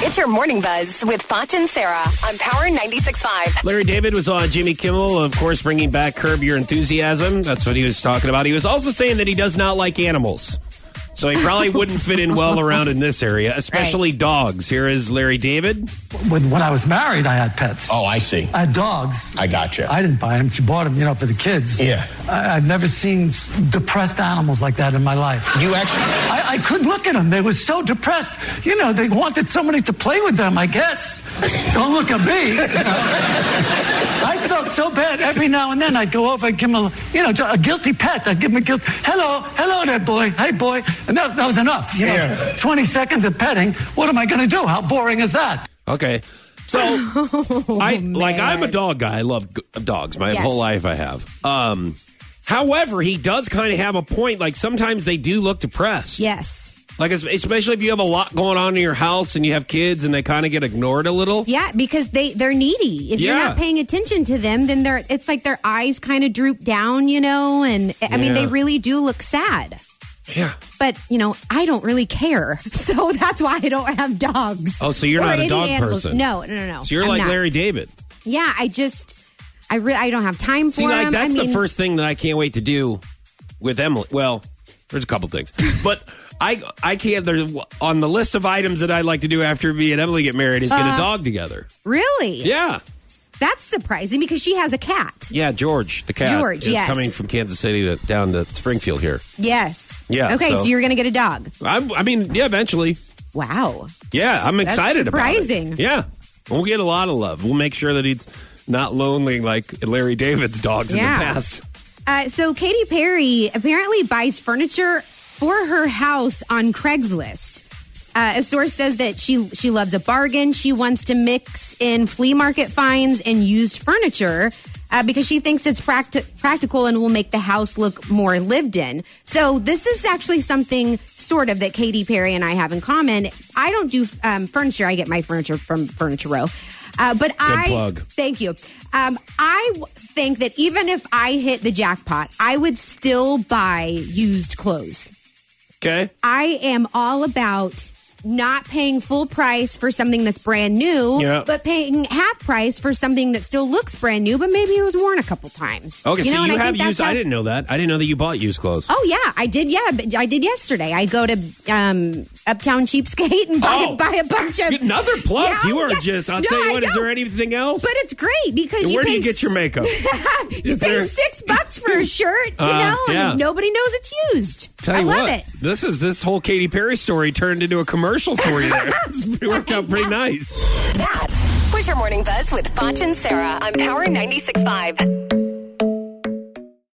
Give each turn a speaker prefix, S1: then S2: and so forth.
S1: It's your morning buzz with Foch and Sarah on Power 96.5.
S2: Larry David was on Jimmy Kimmel, of course, bringing back Curb Your Enthusiasm. That's what he was talking about. He was also saying that he does not like animals. So he probably wouldn't fit in well around in this area, especially dogs. Here is Larry David.
S3: When, when I was married, I had pets.
S4: Oh, I see.
S3: I had dogs.
S4: I gotcha.
S3: I didn't buy them. She bought them, you know, for the kids.
S4: Yeah.
S3: I, I've never seen s- depressed animals like that in my life.
S4: you actually.
S3: I, I couldn't look at them. They were so depressed. You know, they wanted somebody to play with them, I guess. Don't look at me. you know. I felt so bad. Every now and then I'd go over and give them a, you know, a guilty pet. I'd give them a guilt. Hello, hello there, boy. Hey, boy. And that, that was enough. You know,
S4: Yeah.
S3: 20 seconds of petting. What am I going to do? How boring is that?
S2: Okay. So I like I'm a
S5: Oh, man.
S2: dog guy. I love g- dogs. My
S5: Yes.
S2: whole life I have. Um however, he does kind of have a point like sometimes they do look depressed.
S5: Yes.
S2: Like es- especially if you have a lot going on in your house and you have kids and they kind of get ignored a little.
S5: Yeah, because they they're needy. If you're
S2: Yeah.
S5: not paying attention to them, then they're it's like their eyes kind of droop down, you know, and I mean
S2: Yeah.
S5: they really do look sad.
S2: Yeah.
S5: But, you know, I don't really care. So that's why I don't have dogs.
S2: Oh, so you're
S5: Or
S2: not a
S5: any
S2: dog
S5: animals.
S2: person.
S5: No, no, no, no.
S2: So you're
S5: I'm
S2: like
S5: not.
S2: Larry David.
S5: Yeah, I just I re- I don't have time for
S2: See, like
S5: them.
S2: that's
S5: I mean,
S2: the first thing that I can't wait to do with Emily. Well, there's a couple things, but I I can't. There's on the list of items that I'd like to do after me and Emily get married is get
S5: Uh-huh.
S2: a dog together.
S5: Really?
S2: Yeah,
S5: That's surprising because she has a cat.
S2: yeah. George, the cat,
S5: George,
S2: is
S5: yes.
S2: coming from Kansas City to down to Springfield here.
S5: Yes.
S2: Yeah,
S5: Okay, so,
S2: so-
S5: you're going to get a dog.
S2: I'm, I mean, yeah, eventually.
S5: Wow.
S2: Yeah, I'm excited
S5: surprising.
S2: about it. Yeah, we'll get a lot of love. We'll make sure that it's not lonely like Larry David's dogs in
S5: Yeah.
S2: the past.
S5: Uh, so Katy Perry apparently buys furniture for her house on Craigslist. Uh, a source says that she she loves a bargain. She wants to mix in flea market finds and used furniture uh, because she thinks it's practi- practical and will make the house look more lived in. So this is actually something sort of that Katy Perry and I have in common. I don't do um, furniture. I get my furniture from Furniture Row. Uh, but I
S2: plug.
S5: Thank you. Um, I w- think that even if I hit the jackpot, I would still buy used clothes.
S2: Okay,
S5: I am all about not paying full price for something that's brand new,
S2: Yeah.
S5: but paying half price for something that still looks brand new, but maybe it was worn a couple times.
S2: okay. so
S5: know, and
S2: you
S5: I
S2: have
S5: think that's
S2: used.
S5: how-
S2: I didn't know that. I didn't know that you bought used clothes.
S5: Oh yeah, I did. Yeah, but I did yesterday. I go to um, Uptown Cheapskate and buy,
S2: Oh.
S5: buy a bunch of
S2: Another plug.
S5: Yeah, oh,
S2: you are
S5: yeah.
S2: just. I'll
S5: No,
S2: tell you
S5: I
S2: what. Is
S5: know.
S2: there anything else?
S5: But it's great because you
S2: Where do
S5: pay
S2: you get your
S5: s-
S2: makeup?
S5: you
S2: Is
S5: pay
S2: there-
S5: six bucks for a shirt, you
S2: Uh,
S5: know,
S2: yeah.
S5: and nobody knows it's used.
S2: Tell
S5: I
S2: you
S5: love
S2: what,
S5: it.
S2: this is this whole Katy Perry story turned into a commercial for you. There, it's, it worked out pretty nice.
S1: That was your morning buzz with Foch and Sarah on Power 96.5.